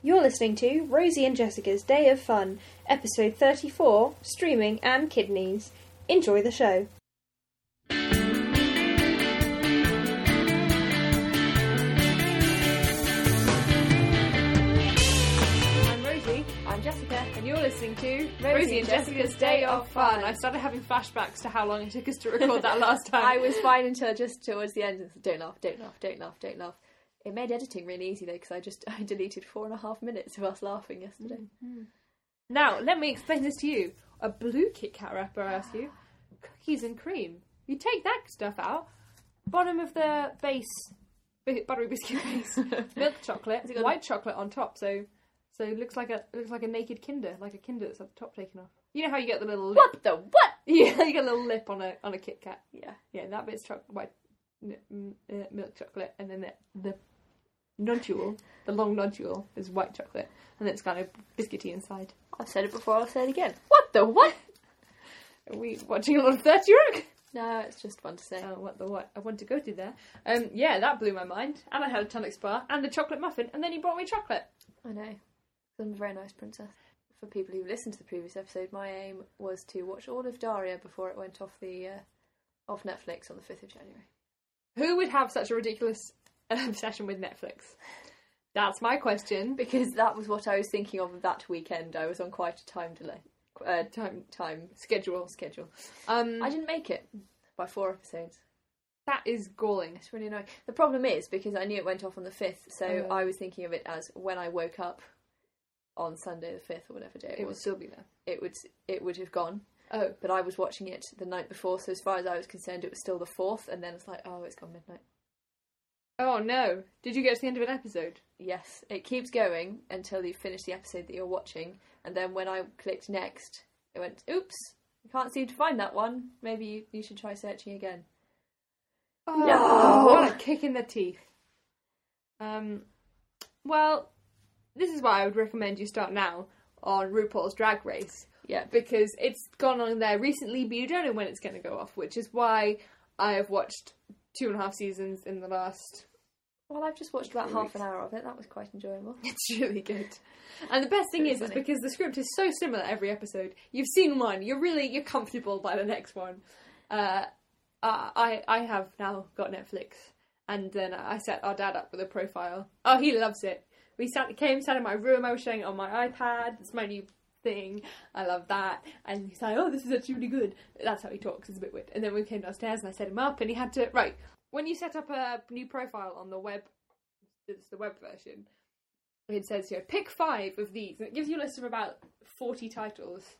You're listening to Rosie and Jessica's Day of Fun, episode 34 Streaming and Kidneys. Enjoy the show. I'm Rosie, I'm Jessica. and you're listening to Rosie, Rosie and Jessica's Day of Fun. I started having flashbacks to how long it took us to record that last time. I was fine until just towards the end. Don't laugh, don't laugh, don't laugh, don't laugh. It made editing really easy though because I just I deleted four and a half minutes of us laughing yesterday. Now, let me explain this to you. A blue Kit Kat wrapper, I asked you. Cookies and cream. You take that stuff out. Bottom of the base, bi- buttery biscuit base. milk chocolate, got- white chocolate on top. So, so it looks like a it looks like a naked Kinder, like a Kinder that's at the top taken off. You know how you get the little lip? What the what? Yeah, you get a little lip on a on a Kit Kat. Yeah. Yeah, that bit's choc- white n- m- uh, milk chocolate, and then the, the nodule, the long nodule, is white chocolate, and it's kind of biscuity inside. I've said it before. I'll say it again. What the what? Are we watching a lot of Thirty Rock? No, it's just fun to say. Oh, what the what? I want to go to there. Um, yeah, that blew my mind. And I had a tonic spa and a chocolate muffin, and then you brought me chocolate. I know. 'Cause I'm a very nice princess. For people who listened to the previous episode, my aim was to watch all of Daria before it went off the uh, off Netflix on the fifth of January. Who would have such a ridiculous obsession with Netflix? That's my question. Because that was what I was thinking of that weekend. I was on quite a time delay, uh, Time time schedule. schedule. Um, I didn't make it by four episodes. that is galling. It's really annoying. The problem is because I knew it went off on the fifth, so Oh. I was thinking of it as when I woke up on Sunday the fifth or whatever day it, It will was. still be there. It would it would have gone, Oh, but I was watching it the night before, so as far as I was concerned, it was still the fourth. And then it's like, oh, it's gone midnight. oh no! Did you get to the end of an episode? Yes, it keeps going until you finish the episode that you're watching, and then when I clicked next, it went, oops, I can't seem to find that one. Maybe you, you should try searching again. Oh, No! What a kick in the teeth. Um, well, this is why I would recommend you start now on RuPaul's Drag Race Yeah, because it's gone on there recently, but you don't know when it's going to go off, which is why I have watched two and a half seasons in the last. Well, I've just watched about Three half an hour of it. That was quite enjoyable. It's really good. And the best thing Really is, is funny. because the script is so similar every episode. You've seen one, you're really you're comfortable by the next one. Uh, I I I have now got Netflix, and then I set our dad up with a profile. Oh, he loves it. We sat came sat in my room. I was showing it on my iPad. It's my new thing. I love that. And he's like, oh, this is actually really good. That's how he talks. It's a bit weird. And then we came downstairs and I set him up, and he had to right when you set up a new profile on the web. It's the web version it says here, pick five of these, and it gives you a list of about 40 titles.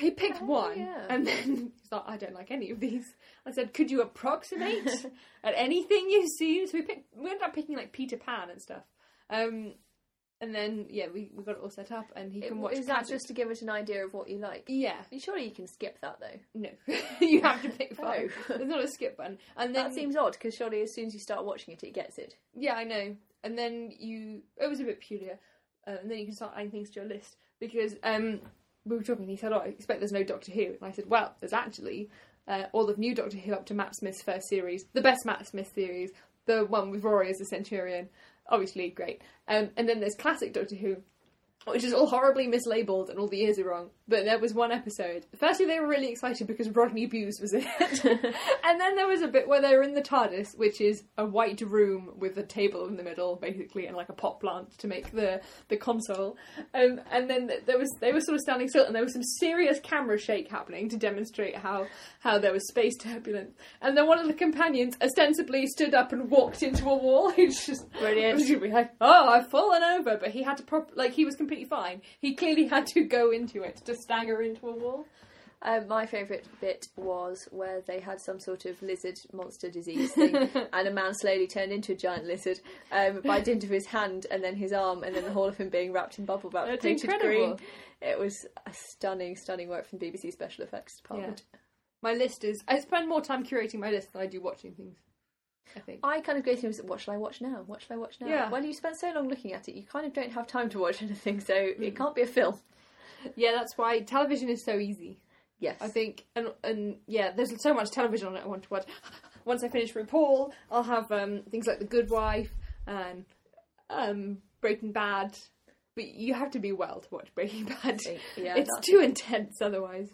He picked Oh, one, yeah. and then he's like, I don't like any of these. I said, Could you approximate at anything you've seen? So we picked, we ended up picking like Peter Pan and stuff. Um, and then, yeah, we, we got it all set up, and he can watch. Is that Kazakh- just to give us an idea of what you like? Yeah, Surely you can skip that though. no. you have to pick Oh. five. There's not a skip button. And then, That seems odd because surely as soon as you start watching it, it gets it. yeah, I know. And then you, it was a bit peculiar. Uh, and then you can start adding things to your list because um, we were talking. and He said, "Oh, I expect there's no Doctor Who," and I said, "Well, there's actually uh, all of new Doctor Who up to Matt Smith's first series, the best Matt Smith series, the one with Rory as the Centurion, obviously great. Um, and then there's classic Doctor Who, which is all horribly mislabeled and all the years are wrong. But there was one episode. Firstly, they were really excited because Rodney Bewes was in it, and then there was a bit where they were in the TARDIS, which is a white room with a table in the middle, basically, and like a pot plant to make the the console. Um, and then th- there was they were sort of standing still, and there was some serious camera shake happening to demonstrate how how there was space turbulence. And then one of the companions ostensibly stood up and walked into a wall. It's just Brilliant. It was like, oh, I've fallen over, but he had to prop like he was completely fine. He clearly had to go into it to stagger into a wall. Um, my favourite bit was where they had some sort of lizard monster disease thing, and a man slowly turned into a giant lizard um, by dint of his hand and then his arm, and then the whole of him being wrapped in bubble wrap That's painted incredible. green. It was a stunning, stunning work from BBC Special Effects Department. My list is I spend more time curating my list than I do watching things. I think. I kind of go through and say, what shall I watch now? What shall I watch now? Yeah. When you spend so long looking at it, you kind of don't have time to watch anything, so it can't be a film. Yeah, that's why television is so easy. Yes. I think, and and yeah, there's so much television on it I want to watch. Once I finish RuPaul, I'll have um, things like The Good Wife and um, Breaking Bad, but you have to be well to watch Breaking Bad. Yeah, it's that's- too intense otherwise.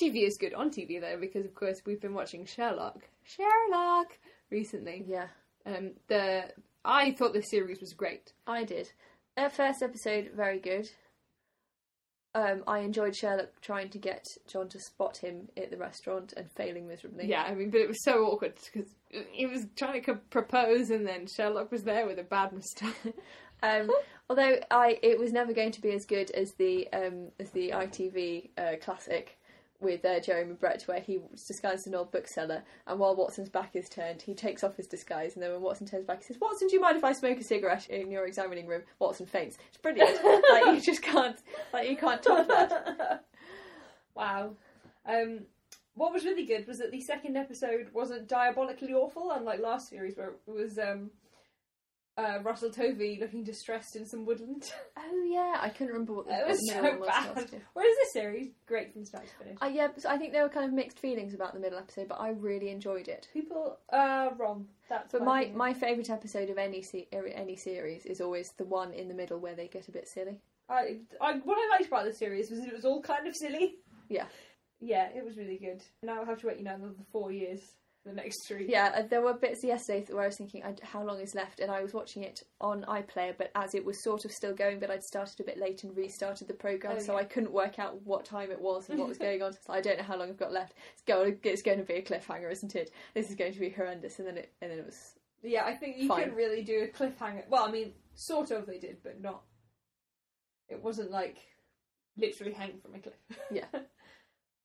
TV is good on TV though because of course we've been watching Sherlock. Sherlock recently. yeah. Um, the I thought this series was great. I did. Uh, first episode, very good. Um, I enjoyed Sherlock trying to get John to spot him at the restaurant and failing miserably. Yeah, I mean, but it was so awkward because he was trying to co- propose and then Sherlock was there with a bad moustache. Um, although I, it was never going to be as good as the um, as the ITV uh, classic with uh, Jeremy Brett, where he was disguised as an old bookseller, and while Watson's back is turned, he takes off his disguise, and then when Watson turns back, he says, "Watson, do you mind if I smoke a cigarette in your examining room?" Watson faints. It's brilliant. like you just can't, like you can't top that. Wow. Um, what was really good was that the second episode wasn't diabolically awful, unlike last series where it was um, uh, Russell Tovey looking distressed in some woodland. Oh yeah, I couldn't remember what the It was what so middle one bad. last year. Whereas this series, great from start to finish. Uh, yeah, so I think there were kind of mixed feelings about the middle episode, but I really enjoyed it. People are wrong. That's But my, my favourite episode of any se- er, any series is always the one in the middle where they get a bit silly. I, I, what I liked about the series was it was all kind of silly. Yeah. Yeah, it was really good. Now I'll have to wait, you know, another four years for the next three. Yeah, uh, there were bits yesterday th- where I was thinking, I, how long is left? And I was watching it on iPlayer, but as it was sort of still going, but I'd started a bit late and restarted the programme, Oh, so yeah. I couldn't work out what time it was and what was going on. So I don't know how long I've got left. It's going, it's going to be a cliffhanger, isn't it? This is going to be horrendous. And then it, and then it was Yeah, I think you Fine. couldn't really do a cliffhanger. Well, I mean, sort of they did, but not. It wasn't like literally hang from a cliff. Yeah.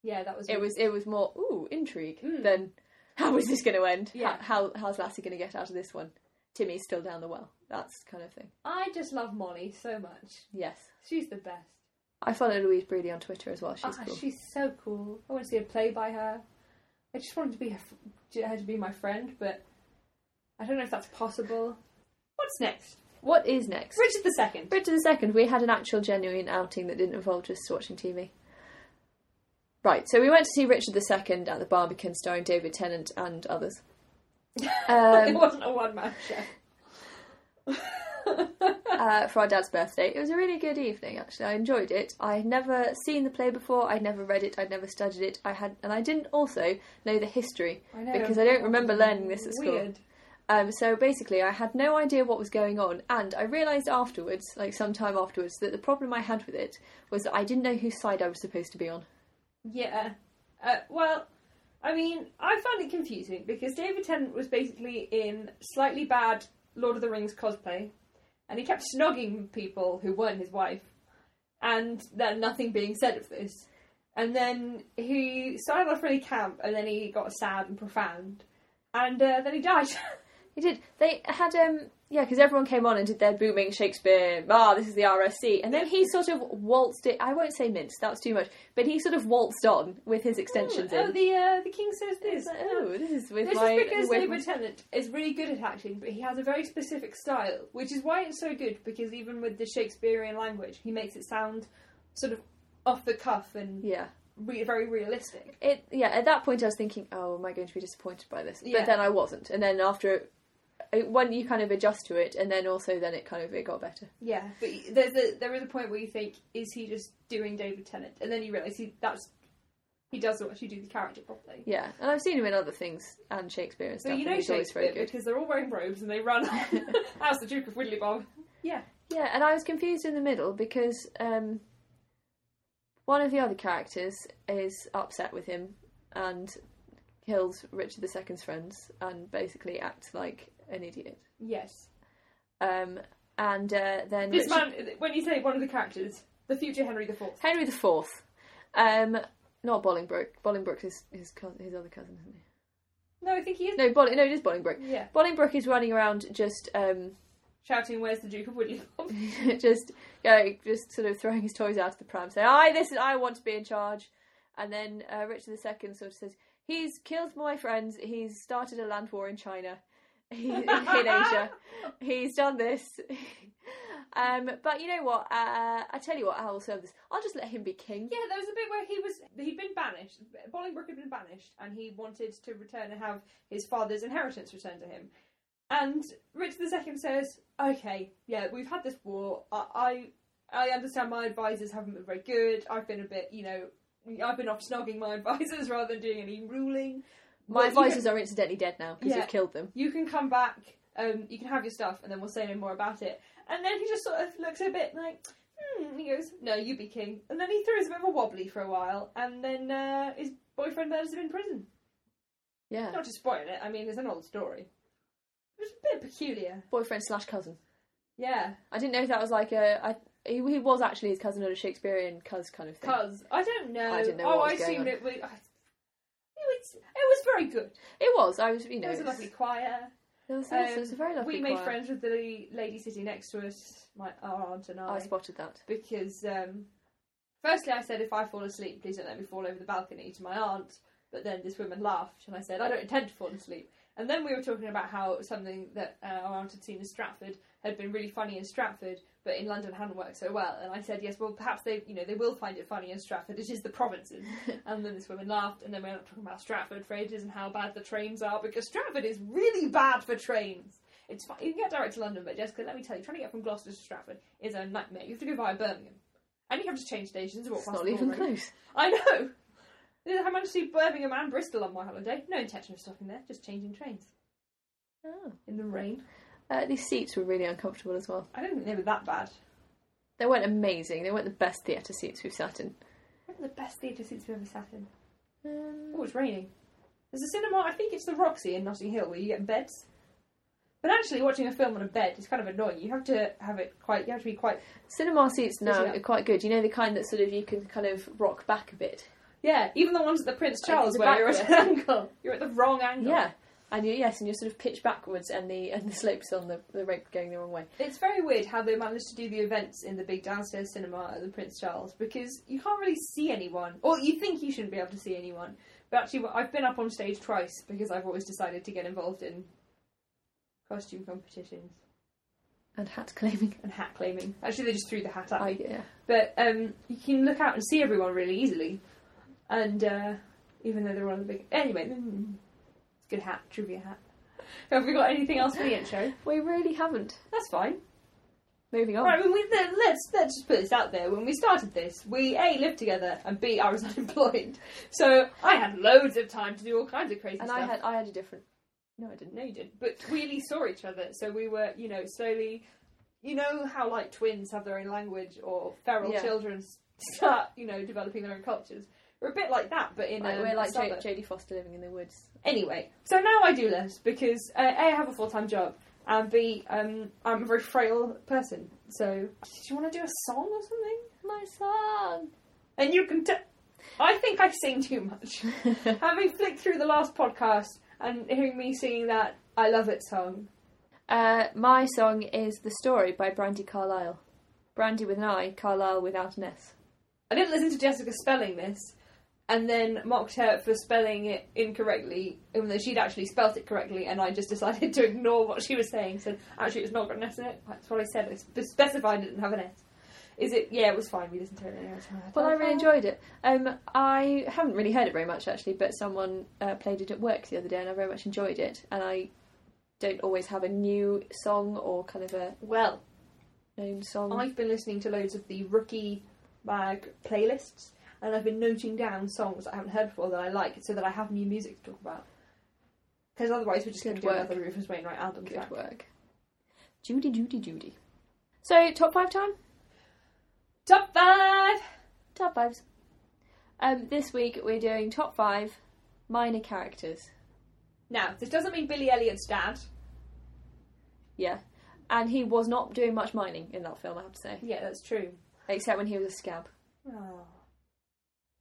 yeah, that was. it was it was more ooh intrigue Mm. than how is this going to end? Yeah. How, how how's Lassie going to get out of this one? Timmy's still down the well. That's kind of thing. I just love Molly so much. Yes. She's the best. I follow Louise Breedy on Twitter as well. She's ah, cool. she's so cool. I want to see a play by her. I just wanted to be her, f- her to be my friend, but I don't know if that's possible. What's next? What is next? Richard the Second. Richard the Second. We had an actual genuine outing that didn't involve just watching TV. Right, so we went to see Richard the Second at the Barbican, starring David Tennant and others. it Um, wasn't a one man show. uh, for our dad's birthday. It was a really good evening, actually. I enjoyed it. I had never seen the play before. I'd never read it. I'd never studied it. I had, and I didn't also know the history because I don't remember learning this at school. Weird. Um, so basically, I had no idea what was going on, and I realised afterwards, like some time afterwards, that the problem I had with it was that I didn't know whose side I was supposed to be on. Yeah. Uh, well, I mean, I found it confusing because David Tennant was basically in slightly bad Lord of the Rings cosplay, and he kept snogging people who weren't his wife, and then nothing being said of this. And then he started off really camp, and then he got sad and profound, and uh, then he died. He did. They had um yeah, because everyone came on and did their booming Shakespeare. Ah, this is the RSC, and then he sort of waltzed it. I won't say minced. That's too much. But he sort of waltzed on with his extensions oh, in. the uh, the king says this. It's like, oh, this is with This my. is because with- David Tennant is really good at acting, but he has a very specific style, which is why it's so good. Because even with the Shakespearean language, he makes it sound sort of off the cuff and yeah. re- very realistic. It yeah. At that point, I was thinking, oh, am I going to be disappointed by this? Yeah. But then I wasn't. And then after, it, when you kind of adjust to it, and then also then it kind of it got better. Yeah, but y- there's a, there is a point where you think, is he just doing David Tennant? And then you realise he that's he doesn't actually do the character properly. Yeah. And I've seen him in other things and Shakespeare and So stuff. you and know he's always very Shakespeare good. because they're all wearing robes and they run. How's the Duke of Woodley Bob? Yeah, and I was confused in the middle because um, one of the other characters is upset with him and kills Richard II's friends and basically acts like an idiot. Yes, Um, and uh, then this Richard- man. When you say one of the characters, the future Henry IV. Henry IV, um, not Bolingbroke. Bolingbroke's his his, cousin, his other cousin, isn't he? No, I think he is. No, Bolling, no, it is Bolingbroke. Yeah. Bolingbroke is running around just um, shouting, "Where's the Duke of Woodleybob?" just going, just sort of throwing his toys out of the pram, saying, "I this is I want to be in charge." And then uh, Richard II sort of says, "He's killed my friends. He's started a land war in China, he, in Asia. He's done this." um, but you know what? Uh, I tell you what, I will serve this. I'll just let him be king. yeah, there was a bit where he was he'd been banished. Bolingbroke had been banished, and he wanted to return and have his father's inheritance returned to him. And Richard II says, "Okay, yeah, we've had this war. I, I, I understand my advisors haven't been very good. I've been a bit, you know, I've been off snogging my advisors rather than doing any ruling. My Well, you advisors are incidentally dead now because Yeah. you've killed them. you can come back, um, you can have your stuff, and then we'll say no more about it. And then he just sort of looks a bit like, hmm, and he goes, no, you be king. And then he throws a bit of a wobbly for a while, and then uh, his boyfriend murders him in prison. Yeah. Not to spoil it, I mean, it's an old story. It was a bit peculiar. Boyfriend slash cousin. Yeah, I didn't know if that was like a. I, he, he was actually his cousin or a Shakespearean cuz kind of thing. cuz, I don't know. I didn't know oh, what I was going assumed on. it was. I, it was, it was very good. It was. I was, you know. It was a it's- lovely choir. There was, Um, there was a very lovely. we made choir. friends with the lady sitting next to us, my our aunt and Oh, I spotted that. because um, firstly I said if I fall asleep, please don't let me fall over the balcony to my aunt. But then this woman laughed, and I said I don't intend to fall asleep. And then we were talking about how something that uh, our aunt had seen in Stratford had been really funny in Stratford, but in London hadn't worked so well. And I said yes, well perhaps they, you know, they will find it funny in Stratford. It is the provinces. and then this woman laughed, and then we ended up talking about Stratford for ages and how bad the trains are because Stratford is really bad for trains. It's fine. You can get direct to London, but Jessica, let me tell you, trying to get from Gloucester to Stratford is a nightmare. You have to go via Birmingham, and you have to change stations. and Walk It's past not the even Bullring. close. I know. I managed to see Birmingham and Bristol on my holiday. No intention of stopping there, just changing trains Oh. in the rain. Uh, these seats were really uncomfortable as well. I don't think they were that bad. They weren't amazing. They weren't the best theatre seats we've sat in. I think the best theatre seats we've ever sat in. Um, Oh, it's raining. There's a cinema. I think it's the Roxy in Notting Hill where you get beds. But actually, watching a film on a bed is kind of annoying. You have to have it quite. You have to be quite. cinema seats now Yeah. are quite good. You know the kind that sort of you can kind of rock back a bit. Yeah, even the ones at the Prince Like, Charles the where back you're at an angle. You're at the wrong angle. Yeah. And you, yes, and you're sort of pitched backwards, and the and the slopes on the the rope going the wrong way. It's very weird how they managed to do the events in the big downstairs cinema at the Prince Charles because you can't really see anyone, or you think you shouldn't be able to see anyone. But actually, well, I've been up on stage twice because I've always decided to get involved in costume competitions And hat claiming. and hat claiming. Actually, they just threw the hat at I, me. yeah. But um, you can look out and see everyone really easily. And uh, even though they're all on the big. Anyway, mm, it's a good hat, trivia hat. Have we got anything else for the intro? We really haven't. That's fine. Moving on. Right, when we, then let's let's just put this out there. When we started this, we a lived together and b I was unemployed, so I had loads of time to do all kinds of crazy and stuff. I had I had a different. No, I didn't. no, you didn't. But we at least saw each other, so we were you know slowly, you know how like twins have their own language or feral Yeah. children start you know developing their own cultures. We're a bit like that, but in Like, um, we're like suburb. J- Jodie Foster living in the woods. Anyway, so now I do less because uh, A, I have a full time job, and B, um, I'm a very frail person. So, do you want to do a song or something? My song. And you can tell. I think I sing too much. Having flicked through the last podcast and hearing me singing that I Love It song. Uh, my song is The Story by Brandy Carlisle. Brandy with an I, Carlisle without an S. I didn't listen to Jessica spelling this and then mocked her for spelling it incorrectly, even though she'd actually spelt it correctly, and I just decided to ignore what she was saying. Said, actually, it's not got an S in it. That's what I said. It's specified it didn't have an S. Is it? Yeah, it was fine. We listened to it anyway. Well, I really enjoyed it. Um, I haven't really heard it very much actually, but someone uh, played it at work the other day and I very much enjoyed it. And I don't always have a new song or kind of a Well, known song. I've been listening to loads of the rookie bag playlists, and I've been noting down songs I haven't heard before that I like, so that I have new music to talk about. Because otherwise, we're just going to Good do work. another Rufus Wainwright album Good track. work. Judy, Judy, Judy. So, top five time? Top five. Top fives. Um, this week we're doing top five minor characters. Now, this doesn't mean Billy Elliot's dad. Yeah. And he was not doing much mining in that film, I have to say. Yeah, that's true. Except when he was a scab. Oh.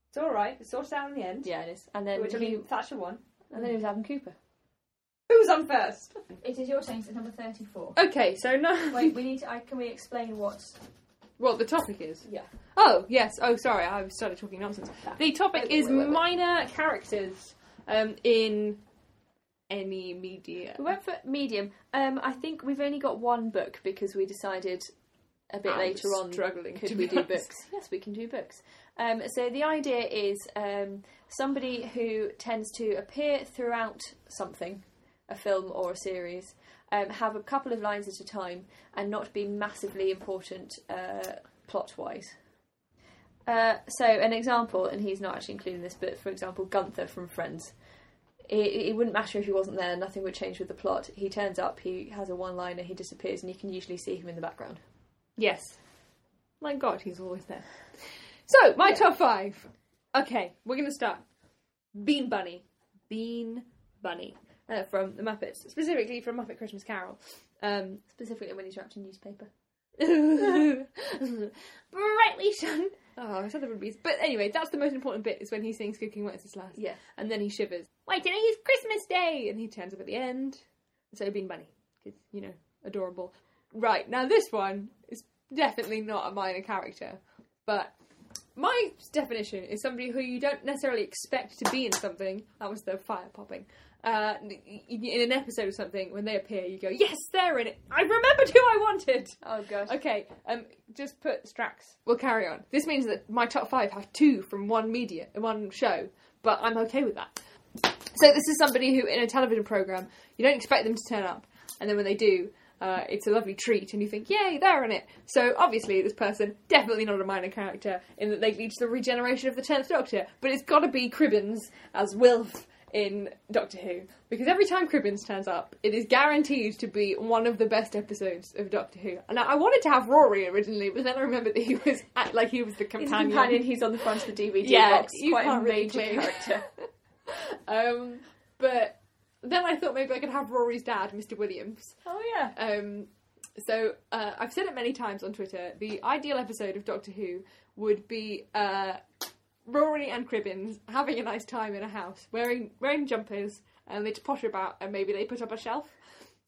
It's all right. It's sorted out in the end. Yeah, it is. And then which I he, mean, Thatcher won. and then he was Adam Cooper. Who's on first? It is your change to number 34. Okay, so no. Wait, we need to. I, can we explain what. what the topic is? Yeah. Oh yes. Oh, sorry. I started talking nonsense. The topic Wait, is wait, wait, wait. minor characters um, in any media. We went for medium. Um, I think we've only got one book because we decided a bit I'm later on struggling. to could we be do honest. books? Yes, we can do books. Um, so the idea is um, somebody who tends to appear throughout something, a film or a series, um, have a couple of lines at a time and not be massively important uh, plot wise. Uh, so, an example, and he's not actually including this, but for example, Gunther from Friends. It, it wouldn't matter if he wasn't there, nothing would change with the plot. He turns up, he has a one liner, he disappears, and you can usually see him in the background. Yes. My God, he's always there. So, my Yeah. top five. Okay, we're going to start. Bean Bunny. Bean Bunny. Uh, from the Muppets, specifically from Muppet Christmas Carol. Um, Specifically when he's wrapped in newspaper. brightly shone. Oh, it's other rubies. But anyway, that's the most important bit is when he sings Cooking What's This Last. Yeah. And then he shivers. Wait, today is Christmas Day! And he turns up at the end. So Bean Bunny. Because, you know, adorable. Right, now this one is definitely not a minor character. But my definition is somebody who you don't necessarily expect to be in something. That was the fire popping. Uh, n- in an episode of something, when they appear, you go, yes, they're in it. I remembered who I wanted. Oh, gosh. Okay, um, just put Strax. We'll carry on. This means that my top five have two from one media, one show, but I'm okay with that. So this is somebody who, in a television program, you don't expect them to turn up, and then when they do, uh, it's a lovely treat, and you think, yay, they're in it. So obviously, this person definitely not a minor character in that they lead to the regeneration of the Tenth Doctor, but it's got to be Cribbins as Wilf in Doctor Who because every time Cribbins turns up, it is guaranteed to be one of the best episodes of Doctor Who. And I I wanted to have Rory originally, but then I remembered that he was act like he was the He's companion. a companion, he's on the front of the DVD Yeah, box. you Quite a can't really major claim- character. Um, but then I thought maybe I could have Rory's dad, Mr. Williams. oh, yeah. Um, so uh, I've said it many times on Twitter. The ideal episode of Doctor Who would be uh, Rory and Cribbins having a nice time in a house, wearing wearing jumpers, and they would potter about, and maybe they put up a shelf.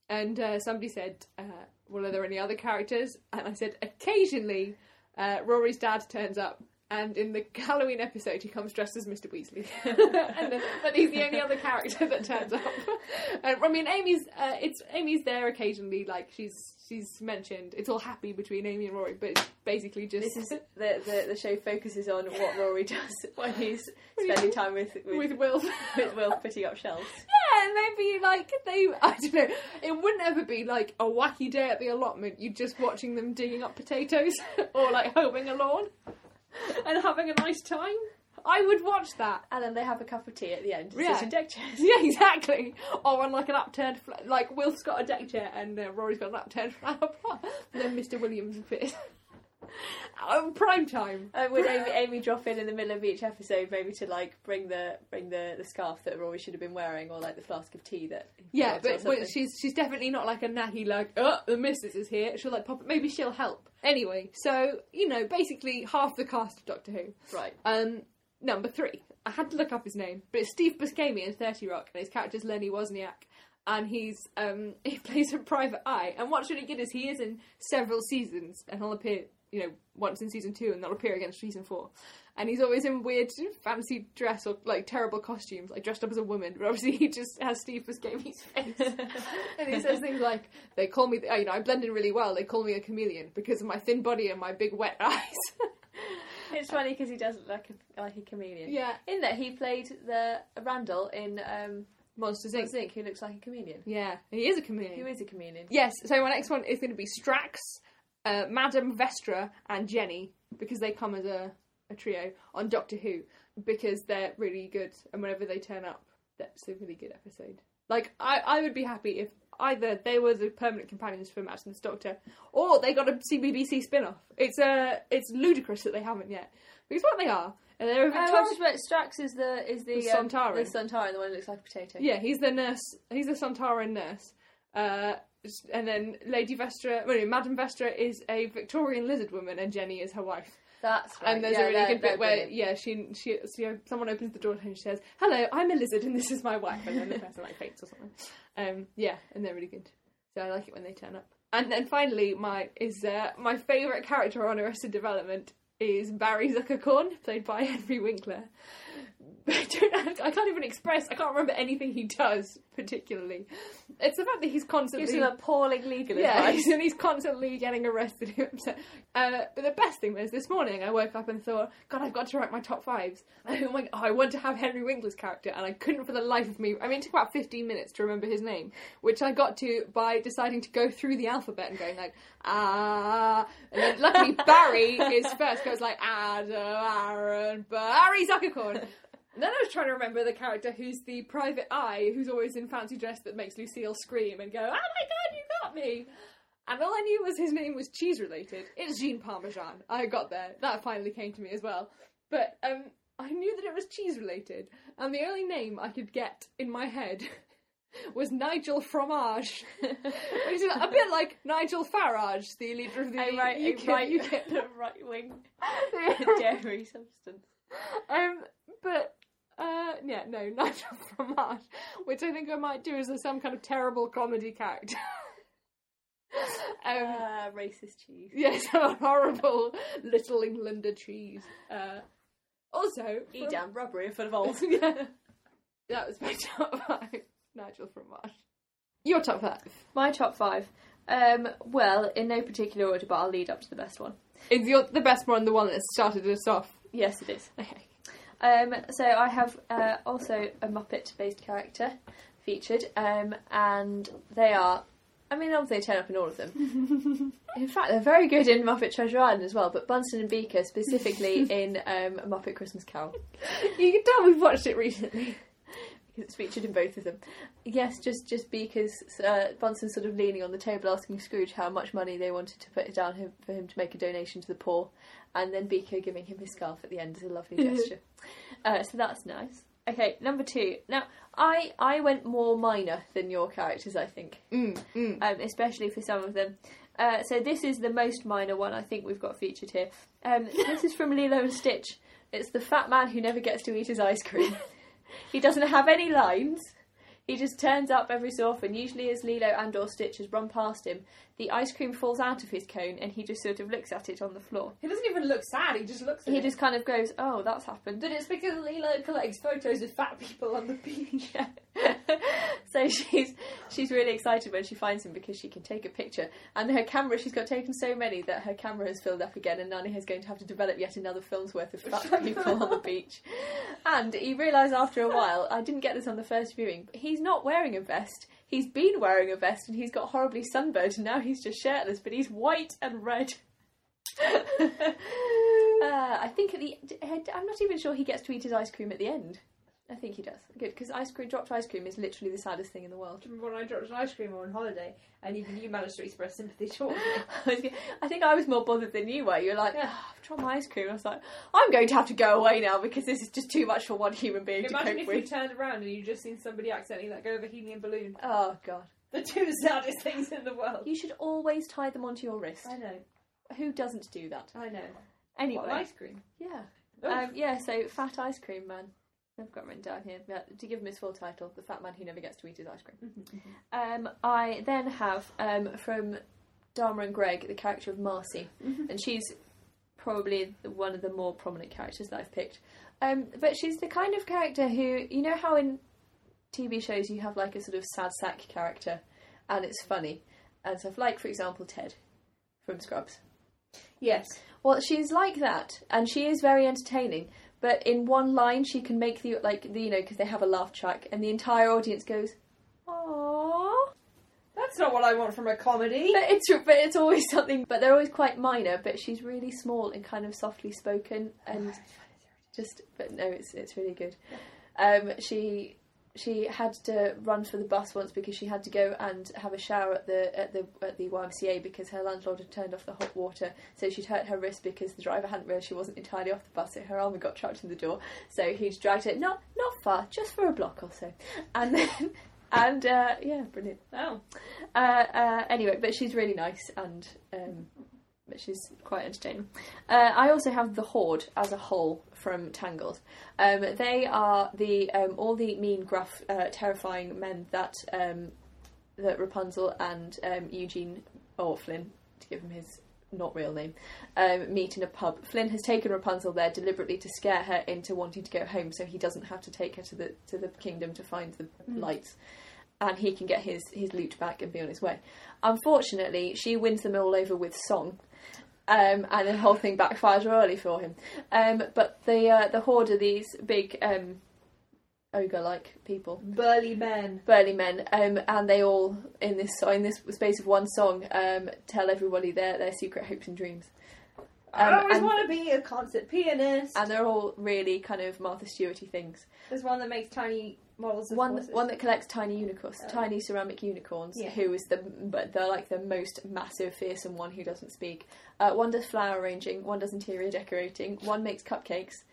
And uh, somebody said, uh, "Well, are there any other characters?" And I said, "Occasionally, uh, Rory's dad turns up." And in the Halloween episode, he comes dressed as Mr. Weasley, and then, but he's the only other character that turns up. And, I mean, Amy's uh, it's Amy's there occasionally, like she's she's mentioned. It's all happy between Amy and Rory, but it's basically just This is the, the the show focuses on what Rory does when he's spending time with with, with Will. with Will putting up shelves. Yeah, and they'd be like, they, I don't know, it wouldn't ever be like a wacky day at the allotment, you'd just watching them digging up potatoes or like hoeing a lawn and having a nice time. I would watch that. And then they have a cup of tea at the end. and Yeah. Sit in deck chairs. Yeah, exactly. Or on like an upturned, fl- like Will's got a deck chair and uh, Rory's got an upturned flower pot. And then Mr. Williams appears. um, prime time. Uh, would Amy, Amy drop in in the middle of each episode, maybe to like bring the bring the, the scarf that Rory should have been wearing, or like the flask of tea that? he Yeah, dropped or but when something. she's she's definitely not like a naggy like, oh, the missus is here. She'll like pop. Maybe she'll help. Anyway, so you know, basically half the cast of Doctor Who. right. Um, number three, I had to look up his name, but it's Steve Buscemi in Thirty Rock, and his character's Lenny Wozniak, and he's um he plays a private eye. And what's really good is he is in several seasons, and he'll appear you know once in season two, and they'll appear against season four. And he's always in weird fancy dress or like terrible costumes, like dressed up as a woman. But obviously he just has Steve Buscemi's face, and he says things like, "They call me, oh, you know, I blend in really well. They call me a chameleon because of my thin body and my big wet eyes." It's funny because he does look like a like a chameleon. yeah, In that he played the Randall in um, Monsters Inc. Zinc, who looks like a chameleon. Yeah, he is a Who chameleon. is a chameleon? Yes, so my next one is going to be Strax, uh, Madame Vestra, and Jenny because they come as a, a trio on Doctor Who because they're really good and whenever they turn up, that's a really good episode. Like, I, I would be happy if either they were the permanent companions for Matt and the Doctor or they got a CBBC spin off. It's, uh, it's ludicrous that they haven't yet because what they are, and they're a Oh, I Victorian. was just about- Strax is the is the, The um, Sontaran. the Sontaran, the one that looks like a potato. Yeah, he's the nurse. He's the Santaran nurse. Uh, s- and then Lady Vestra, well, no, Madame Vestra is a Victorian lizard woman, and Jenny is her wife. That's right. and there's yeah, a really they're- good bit they're where, brilliant. yeah, she, she, she, someone opens the door to her and she says, "Hello, I'm a lizard, and this is my wife," and then the person like faints or something. Um, yeah, and they're really good. So I like it when they turn up. And then finally, my is uh, my favourite character on Arrested Development is Barry Zuckercorn, played by Henry Winkler I don't. I can't even express. I can't remember anything he does particularly. It's the fact that he's Gives constantly him appalling legal yeah, advice. he's, and he's constantly getting arrested and upset. Uh, but the best thing was this morning I woke up and thought, God, I've got to write my top fives. Oh my, oh, I want to have Henry Winkler's character, and I couldn't for the life of me. I mean, it took about 15 minutes to remember his name, which I got to by deciding to go through the alphabet and going like, ah. And then luckily Barry is first, goes like, Adam, Aaron, Barry Zuckercorn. And Then I was trying to remember the character who's the private eye, who's always in fancy dress that makes Lucille scream and go, "Oh my god, you got me!" And all I knew was his name was cheese related. It's Jean Parmesan. I got there. That finally came to me as well. But um, I knew that it was cheese related, and the only name I could get in my head was Nigel Fromage, which is a bit like Nigel Farage, the leader of the I write, UK. I write the Oh, right wing dairy substance. Um, but uh, yeah, no, Nigel Fromage, which I think I might do as a, some kind of terrible comedy character. um, Ah, racist cheese. yes, a horrible Little Englander cheese. Uh, also, E from- damn rubbery full of holes. yeah, that was my top five. Nigel Fromage. Your top five My top five. Um, well, in no particular order, but I'll lead up to the best one. is your the best one, the one that started us off. Yes, it is. Okay. Um, so I have uh, also a Muppet-based character featured, um, and they are. I mean, obviously they turn up in all of them. in fact, they're very good in Muppet Treasure Island as well, but Bunsen and Beaker specifically in um, Muppet Christmas Carol. You can tell we've watched it recently. because it's featured in both of them. Yes, just just because uh, Bunsen sort of leaning on the table asking Scrooge how much money they wanted to put down him, for him to make a donation to the poor, and then Beaker giving him his scarf at the end is a lovely gesture. Uh, so that's nice. Okay, number two. Now, I I went more minor than your characters, I think, Mm, mm. um, especially for some of them. Uh, so this is the most minor one I think we've got featured here. Um, this is from Lilo and Stitch. It's the fat man who never gets to eat his ice cream. He doesn't have any lines. He just turns up every so often, usually as Lilo and or Stitch has run past him. The ice cream falls out of his cone and he just sort of looks at it on the floor. He doesn't even look sad. He just looks. At He it. just kind of goes, Oh, that's happened. But it's because Lilo collects photos of fat people on the beach. yeah. so she's she's really excited when she finds him because she can take a picture. And her camera, she's got taken so many that her camera has filled up again, and Nani is going to have to develop yet another film's worth of fat people on the beach. And you realise after a while, I didn't get this on the first viewing, but he's not wearing a vest. He's been wearing a vest and he's got horribly sunburned, and now he's just shirtless, but he's white and red. uh, I think at the uh, I'm not even sure he gets to eat his ice cream at the end. I think he does. Good, because ice cream, dropped ice cream is literally the saddest thing in the world. Remember when I dropped an ice cream on holiday and even you managed to express sympathy towards me? I think I was more bothered than you were. You were like, Yeah. "Ah, I've dropped my ice cream. I was like, I'm going to have to go away now because this is just too much for one human being Imagine to if cope you with. turned around and you just seen somebody accidentally let go of a helium balloon. Oh, God. The two saddest things in the world. You should always tie them onto your wrist. I know, Who doesn't do that? I know. Anyway. What, ice cream? Yeah. Oh. Um, yeah, so Fat Ice Cream Man. I've got written down here. Yeah, to give him his full title, The Fat Man Who Never Gets to Eat His Ice Cream. Um, I then have um, from Dharma and Greg the character of Marcy, and she's probably the- one of the more prominent characters that I've picked. Um, but she's the kind of character who, you know, how in TV shows you have like a sort of sad sack character, and it's funny and stuff. Like for example, Ted from Scrubs. Yes. Well, she's like that, and she is very entertaining. But in one line, she can make the like the you know because they have a laugh track, and the entire audience goes, "Aww." That's not what I want from a comedy. But it's but it's always something. But they're always quite minor. But she's really small and kind of softly spoken, and just but no, it's it's really good. Um, she she had to run for the bus once because she had to go and have a shower at the at the at the YMCA because her landlord had turned off the hot water, so she'd hurt her wrist because the driver hadn't realised she wasn't entirely off the bus, so her arm had got trapped in the door. So he'd dragged her not not far, just for a block or so, and then and uh, yeah, brilliant Oh. uh, uh, anyway, but she's really nice and um, but she's quite entertaining. Uh, I also have the Horde as a whole from Tangled. Um, they are the um, all the mean, gruff, uh, terrifying men that um, that Rapunzel and um, Eugene or Flynn, to give him his not real name, um, meet in a pub. Flynn has taken Rapunzel there deliberately to scare her into wanting to go home, so he doesn't have to take her to the to the kingdom to find the Mm. lights, and he can get his his loot back and be on his way. Unfortunately, she wins them all over with song. Um, and the whole thing backfires royally for him. Um, but the uh, the horde are these big um, ogre-like people, Burly men. burly men, um, and they all in this so in this space of one song um, tell everybody their their secret hopes and dreams. Um, I always and, want to be a concert pianist. and they're all really kind of Martha Stewarty things. There's one that makes tiny models of One horses. one that collects tiny unicorns, Oh. tiny ceramic unicorns. Yeah. Who is the but they're like the most massive, fearsome one who doesn't speak. Uh, one does flower arranging. One does interior decorating. One makes cupcakes.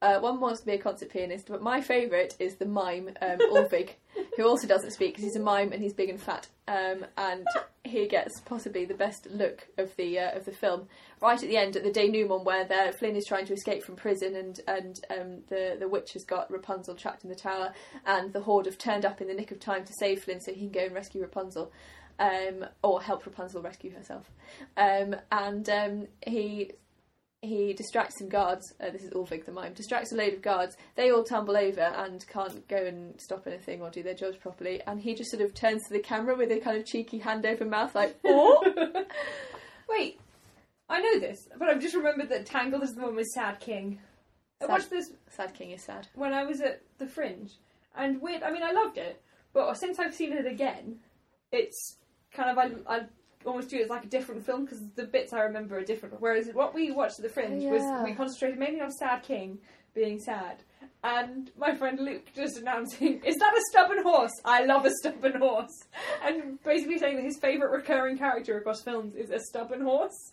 Uh, one wants to be a concert pianist, but my favourite is the mime um, Ulvig, who also doesn't speak 'cause he's a mime and he's big and fat, um, and he gets possibly the best look of the uh, of the film. Right at the end, at the denouement where the, Flynn is trying to escape from prison, and and um, the the witch has got Rapunzel trapped in the tower, and the horde have turned up in the nick of time to save Flynn so he can go and rescue Rapunzel. Um, or help Rapunzel rescue herself, um, and um, he he distracts some guards. Uh, this is Ulvig the mime. Distracts a load of guards. They all tumble over and can't go and stop anything or do their jobs properly. And he just sort of turns to the camera with a kind of cheeky hand over mouth, like, "Oh, Wait, I know this, but I've just remembered that Tangled is the one with Sad King. Sad- I watched this sad king is sad." when I was at the Fringe, and weird. I mean, I loved it, but since I've seen it again, it's kind of I, I almost do it as like a different film because the bits I remember are different. Whereas what we watched at the Oh, Fringe Yeah. was we concentrated mainly on Sad King being sad. And my friend Luke just announcing, "Is that a stubborn horse? I love a stubborn horse," and basically saying that his favourite recurring character across films is a stubborn horse.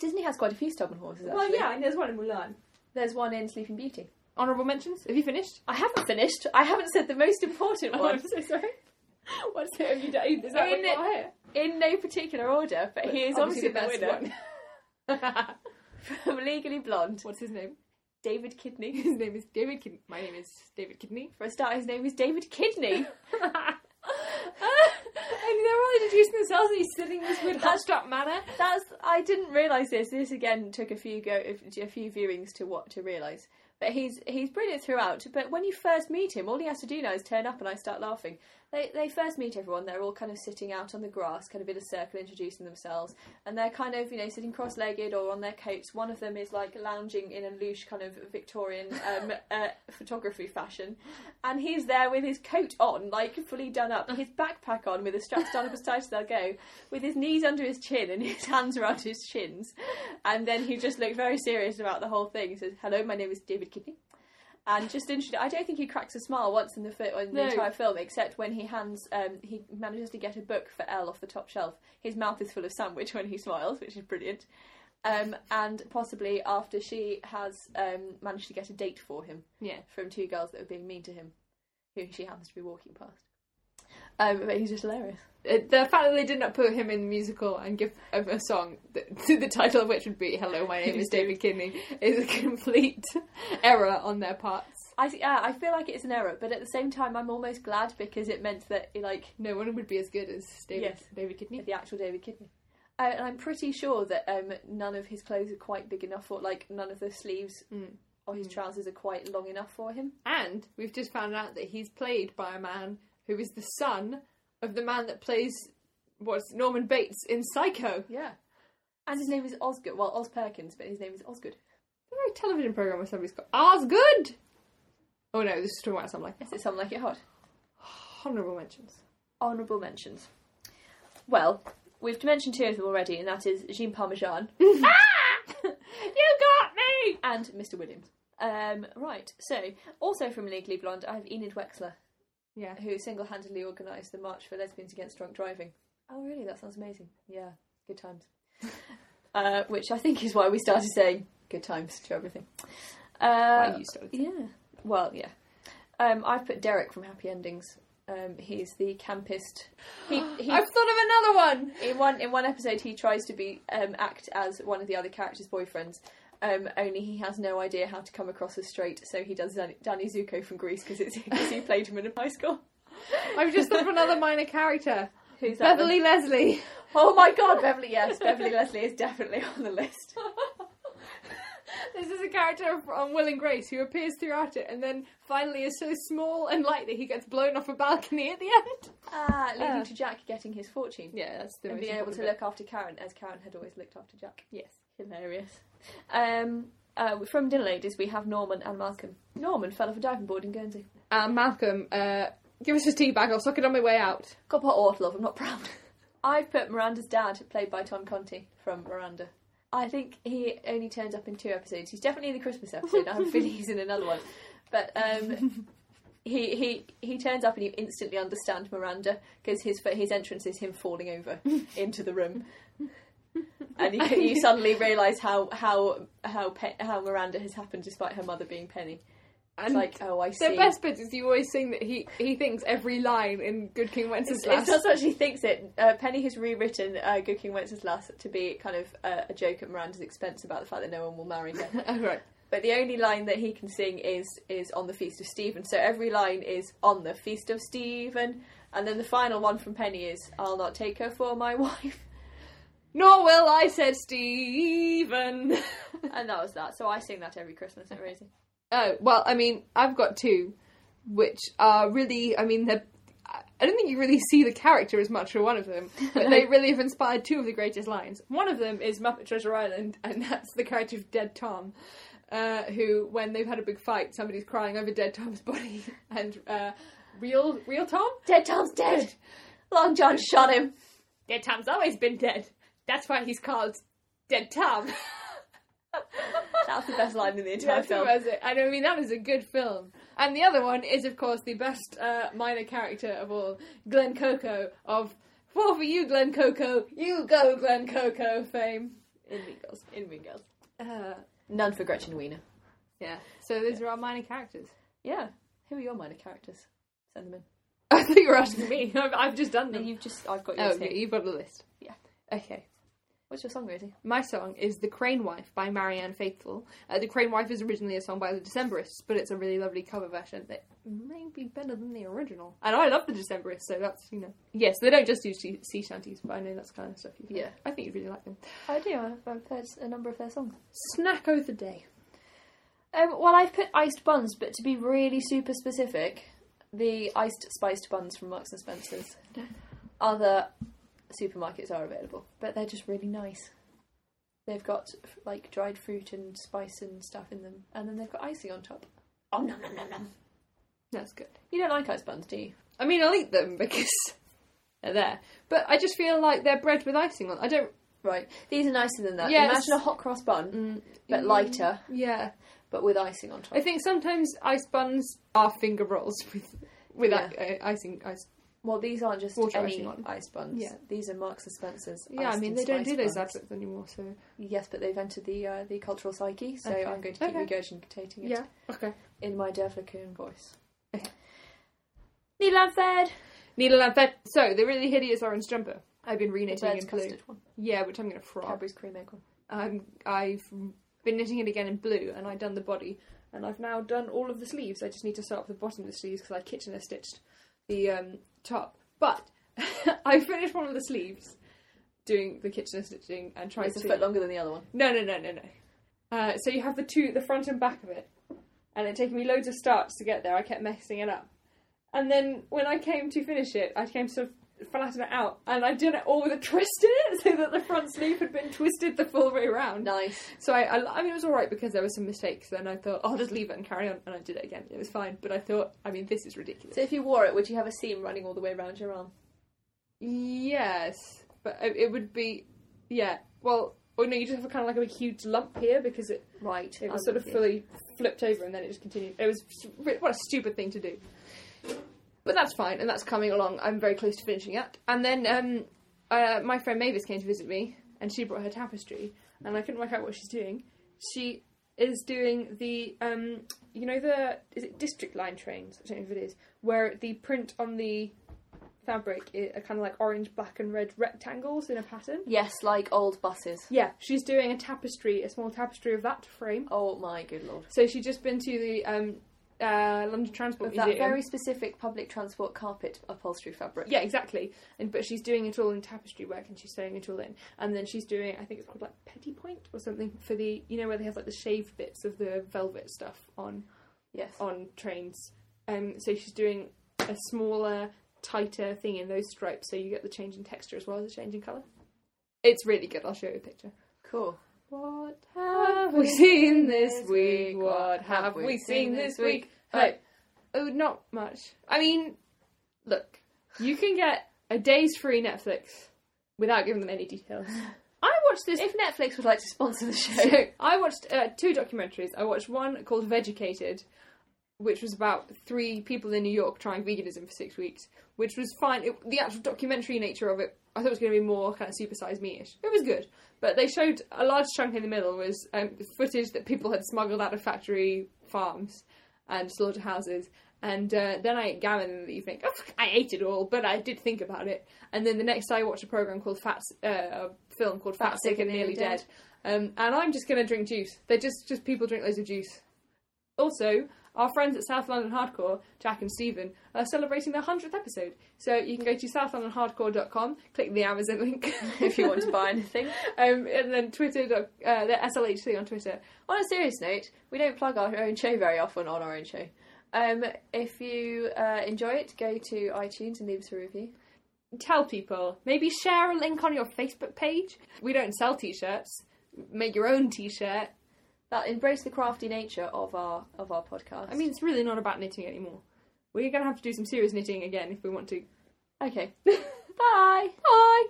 Disney has quite a few stubborn horses. Actually. Well, yeah, and there's one in Mulan. There's one in Sleeping Beauty. Honourable mentions? Have you finished? I haven't finished. I haven't said the most important Oh, one I'm so sorry. What's it have you done? Is that In what you got here? in no particular order, but, he is obviously the, winner one. from Legally Blonde. What's his name? David Kidney. His name is David Kidney. My name is David Kidney. For a start, his name is David Kidney. and they're all introducing themselves and he's sitting in this weird hunched up manner. That's I didn't realise this. This again took a few go a few viewings to what to realise. But he's he's brilliant throughout. But when you first meet him, all he has to do now is turn up, and I start laughing. They they first meet everyone. They're all kind of sitting out on the grass, kind of in a circle, introducing themselves, and they're kind of you know sitting cross-legged or on their coats. One of them is like lounging in a louche kind of Victorian um, uh, photography fashion, and he's there with his coat on, like fully done up, his backpack on with the straps down up as tight as they'll go, with his knees under his chin and his hands around his shins. And then he just looked very serious about the whole thing. He says, Hello, my name is David Kidney. And just interested, I don't think he cracks a smile once in the, fi- in the No. entire film, except when he hands, um, he manages to get a book for Elle off the top shelf. His mouth is full of sandwich when he smiles, which is brilliant. Um, and possibly after she has um, managed to get a date for him Yeah. from two girls that were being mean to him, who she happens to be walking past. Um, but he's just hilarious. Uh, The fact that they did not put him in the musical and give a, a song, that, the title of which would be "Hello, my name is David Kidney," is a complete error on their parts. I see- uh, I feel like it's an error, but at the same time, I'm almost glad because it meant that like No one would be as good as David Yes. David Kidney. the actual David Kidney. Uh, and I'm pretty sure that um, none of his clothes are quite big enough for like none of the sleeves Mm. or his trousers are quite long enough for him. And we've just found out that he's played by a man who is the son of the man that plays what's Norman Bates in Psycho. Yeah. And his name is Osgood. Well, Oz Perkins, but his name is Osgood. Very television program where somebody's got Oz good. Oh no, this is talking about something like Yes, it sounds like it hot. honourable mentions. honourable mentions. Well, we've mentioned two of them already, and that is Jean Parmesan Ah! You got me. and Mr. Williams. Um, right, so also from Legally Blonde, I have Enid Wexler, Yeah. who single handedly organised the March for Lesbians Against Drunk Driving. Oh, really? That sounds amazing. Yeah, good times. uh, which I think is why we started saying good times to everything. Uh, Why you started. Yeah. Well, yeah. Um, I've put Derek from Happy Endings. Um, he's the campist. He, he I've thought of another one. in one in one episode he tries to be um, act as one of the other characters' boyfriends. Um, only he has no idea how to come across as straight, so he does Dan- Danny Zuko from Greece because it's 'cause he played him in high school. I've just thought of another minor character. Who's that? Beverly Leslie. then? Oh my god, Beverly, yes, Beverly Leslie is definitely on the list. This is a character on Will and Grace who appears throughout it and then finally is so small and light that he gets blown off a balcony at the end. Ah, leading Ah. to Jack getting his fortune Yeah, that's the and most being able important to bit. look after Karen as Karen had always looked after Jack. Yes. Hilarious. Um, uh, from Dinner Ladies, we have Norman and Malcolm. Norman fell off a diving board in Guernsey. Uh, Malcolm, uh, give us his tea bag. I'll suck it on my way out. Got put awful of, I'm not proud. I've put Miranda's dad, played by Tom Conti, from Miranda. I think he only turns up in two episodes. He's definitely in the Christmas episode. I have a feeling he's in another one. But um, he, he he turns up and you instantly understand Miranda because his his entrance is him falling over into the room, and you, you suddenly realise how how how pe- how Miranda has happened despite her mother being Penny. It's And like oh I see. the best bit is you always sing that he he thinks every line in Good King It's, Wenceslas. it's not so much he thinks it. Uh, Penny has rewritten uh, Good King Wenceslas to be kind of uh, a joke at Miranda's expense about the fact that no one will marry her. oh, right. but the only line that he can sing is is on the Feast of Stephen. So every line is on the Feast of Stephen, and then the final one from Penny is I'll not take her for my wife, Nor will I said Stephen. and that was that. So I sing that every Christmas at Rosie. Oh well, I mean, I've got two, which are really. I mean, they're. I don't think you really see the character as much for one of them, but they really have inspired two of the greatest lines. One of them is Muppet Treasure Island, and that's the character of Dead Tom, uh, who, when they've had a big fight, somebody's crying over Dead Tom's body, and uh, real real Tom, Dead Tom's dead. Long John shot him. Dead Tom's always been dead. That's why he's called Dead Tom. That's the best line in the entire That's film. was it. And I mean, that was a good film. And the other one is, of course, the best uh, minor character of all, Glen Coco of "Fall for You, Glen Coco, You Go, Glen Coco" fame in Mean In Mean Girls. Uh None for Gretchen Wiener. Yeah. So those are our minor characters. Yeah. Who are your minor characters? Send them in. I thought you were asking me. I've, I've just done No, them. you've just I've got oh, yours okay, here. you've got the list. Yeah. Okay. What's your song, Rosie? My song is The Crane Wife by Marianne Faithful. Uh, the Crane Wife is originally a song by the Decemberists, but it's a really lovely cover version that may be better than the original. And I love the Decemberists, so that's, you know. Yes, they don't just do sea sea shanties, but I know that's kind of stuff you Yeah. I think you'd really like them. I do. I've, I've heard a number of their songs. Snack o' the Day. Um, well, I've put iced buns, but to be really super specific, the iced spiced buns from Marks and Spencers. Other supermarkets are available, but they're just really nice. They've got f- like dried fruit and spice and stuff in them, and then they've got icing on top. Oh no no no no! That's good. You don't like iced buns, do you? I mean, I'll eat them because they're there. But I just feel like they're bread with icing on. I don't. Right. These are nicer than that. Yes. Imagine a hot cross bun, Mm, but lighter, Yeah. but with icing on top. I think sometimes ice buns are finger rolls with, with Yeah. i- uh, icing. Ice. Well, these aren't just Water any icing on. ice buns. Yeah. These are Marks and Spencer's. Yeah, I iced mean, and they don't do spiced those buns. adverts anymore, so. Yes, but they've entered the uh, the cultural psyche, so Okay. I'm going to keep Okay. regurgitating it Okay. in my Devlacoon voice. Okay. Neil Amfed! Needle and thread. So the really hideous orange jumper. I've been It's reknitting in blue. custard one. Yeah, which I'm gonna frog. Cadbury's cream egg one. I'm, I've been knitting it again in blue, and I've done the body, and I've now done all of the sleeves. I just need to start with the bottom of the sleeves because I kitchener stitched the um, top. But I finished one of the sleeves, doing the kitchener stitching, and tried It's a to. foot longer than the other one. No, no, no, no, no. Uh, so you have the two, the front and back of it, and it taken me loads of starts to get there. I kept messing it up, and then when I came to finish it, I came to sort of flatten it out, and I did it all with a twist in it, so that the front sleeve had been twisted the full way round. Nice. So I, I, I mean, it was all right because there were some mistakes, and I thought "Oh, I'll just leave it and carry on, and I did it again. It was fine, but I thought, I mean, this is ridiculous. So if you wore it, would you have a seam running all the way around your arm? Yes, but it, it would be, yeah. Well, oh no, you just have a kind of like a huge lump here because it. Right. It was I'm sort of with you. fully flipped over and then it just continued. It was what a stupid thing to do. But that's fine, and that's coming along. I'm very close to finishing it. And then um, uh, my friend Mavis came to visit me, and she brought her tapestry, and I couldn't work out what she's doing. She is doing the, um, you know, the is it district line trains? I don't know if it is, where the print on the fabric i- are kind of like orange, black, and red rectangles in a pattern. Yes, like old buses. Yeah, she's doing a tapestry, a small tapestry of that to frame. Oh my good lord. So she'd just been to the um, uh, London Transport Of that Museum. very specific public transport carpet upholstery fabric. Yeah, exactly. And but she's doing it all in tapestry work and she's sewing it all in. And then she's doing I think it's called like petty point or something for the you know where they have like the shaved bits of the velvet stuff on Yes. on trains. Um so she's doing a smaller, tighter thing in those stripes so you get the change in texture as well as the change in colour. It's really good, I'll show you a picture. Cool. What have we seen this week? What have we seen this week? Hope. Oh, not much. I mean, look, you can get a day's free Netflix without giving them any details. I watched this. If Netflix would like to sponsor the show, so, I watched uh, two documentaries. I watched one called Vegecated, which was about three people in New York trying veganism for six weeks, which was fine. It, the actual documentary nature of it, I thought it was going to be more kind of supersized me-ish. It was good, but they showed a large chunk in the middle was um, footage that people had smuggled out of factory farms and slaughterhouses. And uh, then I ate gammon in the evening. Oh, I ate it all, but I did think about it. And then the next day I watched a program called Fat, uh, a film called Fat, Sick, and Nearly Dead. Um, and I'm just going to drink juice. They're just just people drink loads of juice. Also, our friends at South London Hardcore, Jack and Stephen, are celebrating their hundredth episode. So you can go to southlondonhardcore.com, click the Amazon link, if you want to buy anything. um, and then Twitter, dot- uh, the SLHC on Twitter. On a serious note, we don't plug our own show very often on our own show. Um, if you uh, enjoy it, go to iTunes and leave us a review. Tell people, maybe share a link on your Facebook page. We don't sell t-shirts. Make your own t-shirt. That embrace the crafty nature of our of our podcast. I mean, it's really not about knitting anymore. We're going to have to do some serious knitting again if we want to. okay. Bye. Bye.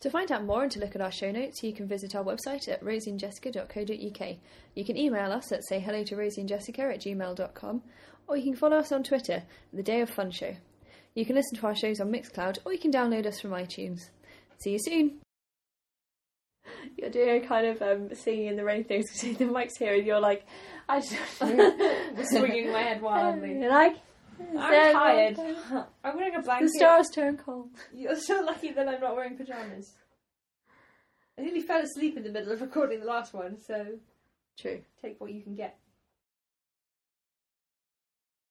To find out more and to look at our show notes, you can visit our website at rosieandjessica.co.uk. You can email us at sayhello to rosieandjessica at gmail.com, or you can follow us on Twitter, The Day of Fun Show. You can listen to our shows on Mixcloud, or you can download us from iTunes. See you soon! You're doing a kind of um, singing in the rain things because the mic's here and you're like, I just. swinging my head wildly. You're like, I'm tired. um, I'm wearing a blanket. the stars turn cold. You're so lucky that I'm not wearing pajamas. I nearly fell asleep in the middle of recording the last one, so True. take what you can get.